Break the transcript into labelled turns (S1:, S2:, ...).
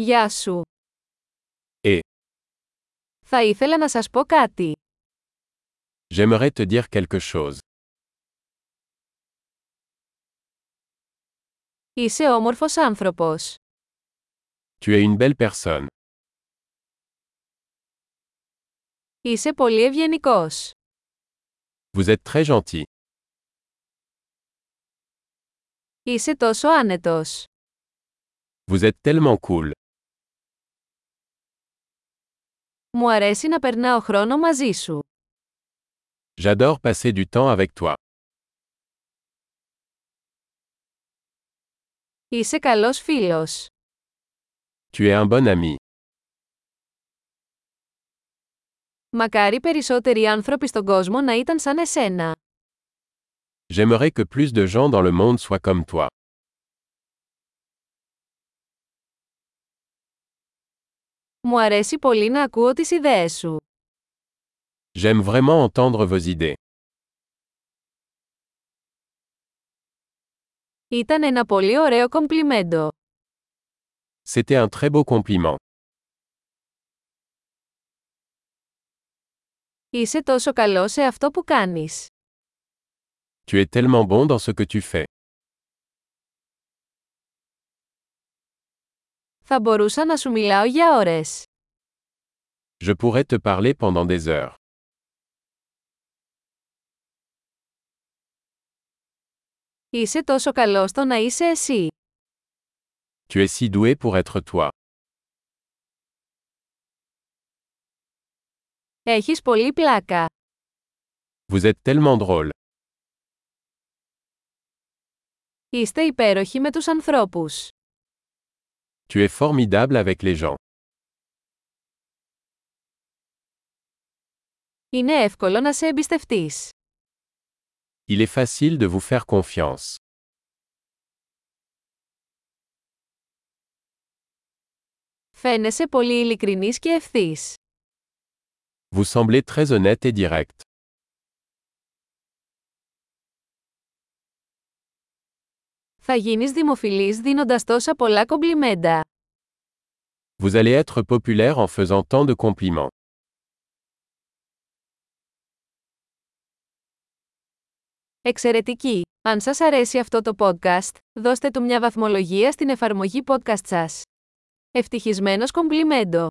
S1: Γεια σου.
S2: Ε.
S1: Θα ήθελα να σας πω κάτι.
S2: J'aimerais te dire quelque chose.
S1: Είσαι όμορφος άνθρωπος.
S2: Tu es une belle personne.
S1: Είσαι πολύ ευγενικός.
S2: Vous êtes très gentil.
S1: Είσαι τόσο άνετος.
S2: Vous êtes tellement cool.
S1: Μου αρέσει να περνάω χρόνο μαζί σου.
S2: J'adore passer du temps avec toi.
S1: Είσαι καλός φίλος.
S2: Tu es un bon ami.
S1: Μακάρι περισσότεροι άνθρωποι στον κόσμο να ήταν σαν εσένα.
S2: J'aimerais que plus de gens dans le monde soient comme toi.
S1: Μου αρέσει πολύ να ακούω τις ιδέες σου.
S2: J'aime vraiment entendre vos idées.
S1: Ήταν ένα πολύ ωραίο κομπλιμέντο.
S2: C'était un très beau compliment.
S1: Είσαι τόσο καλό σε αυτό που κάνεις.
S2: Tu es tellement bon dans ce que tu fais.
S1: Θα μπορούσα να σου μιλάω για ώρες.
S2: Je pourrais te parler pendant des heures.
S1: Είσαι τόσο καλός στο να είσαι εσύ.
S2: Tu es si doué pour être toi.
S1: Έχεις πολύ πλάκα.
S2: Vous êtes tellement drôle.
S1: Είστε υπέροχοι με τους ανθρώπους.
S2: Tu es formidable avec les gens.
S1: Είναι εύκολο να σε εμπιστευτείς.
S2: Il est facile de vous faire confiance.
S1: Φαίνεσαι πολύ ειλικρινής και ευθύς.
S2: Vous semblez très honnête et direct.
S1: Θα γίνεις δημοφιλής δίνοντας τόσα πολλά κομπλιμέντα.
S2: Vous allez être populaire en faisant tant de compliments.
S1: Εξαιρετική! Αν σας αρέσει αυτό το podcast, δώστε του μια βαθμολογία στην εφαρμογή podcast σας. Ευτυχισμένος κομπλιμέντο!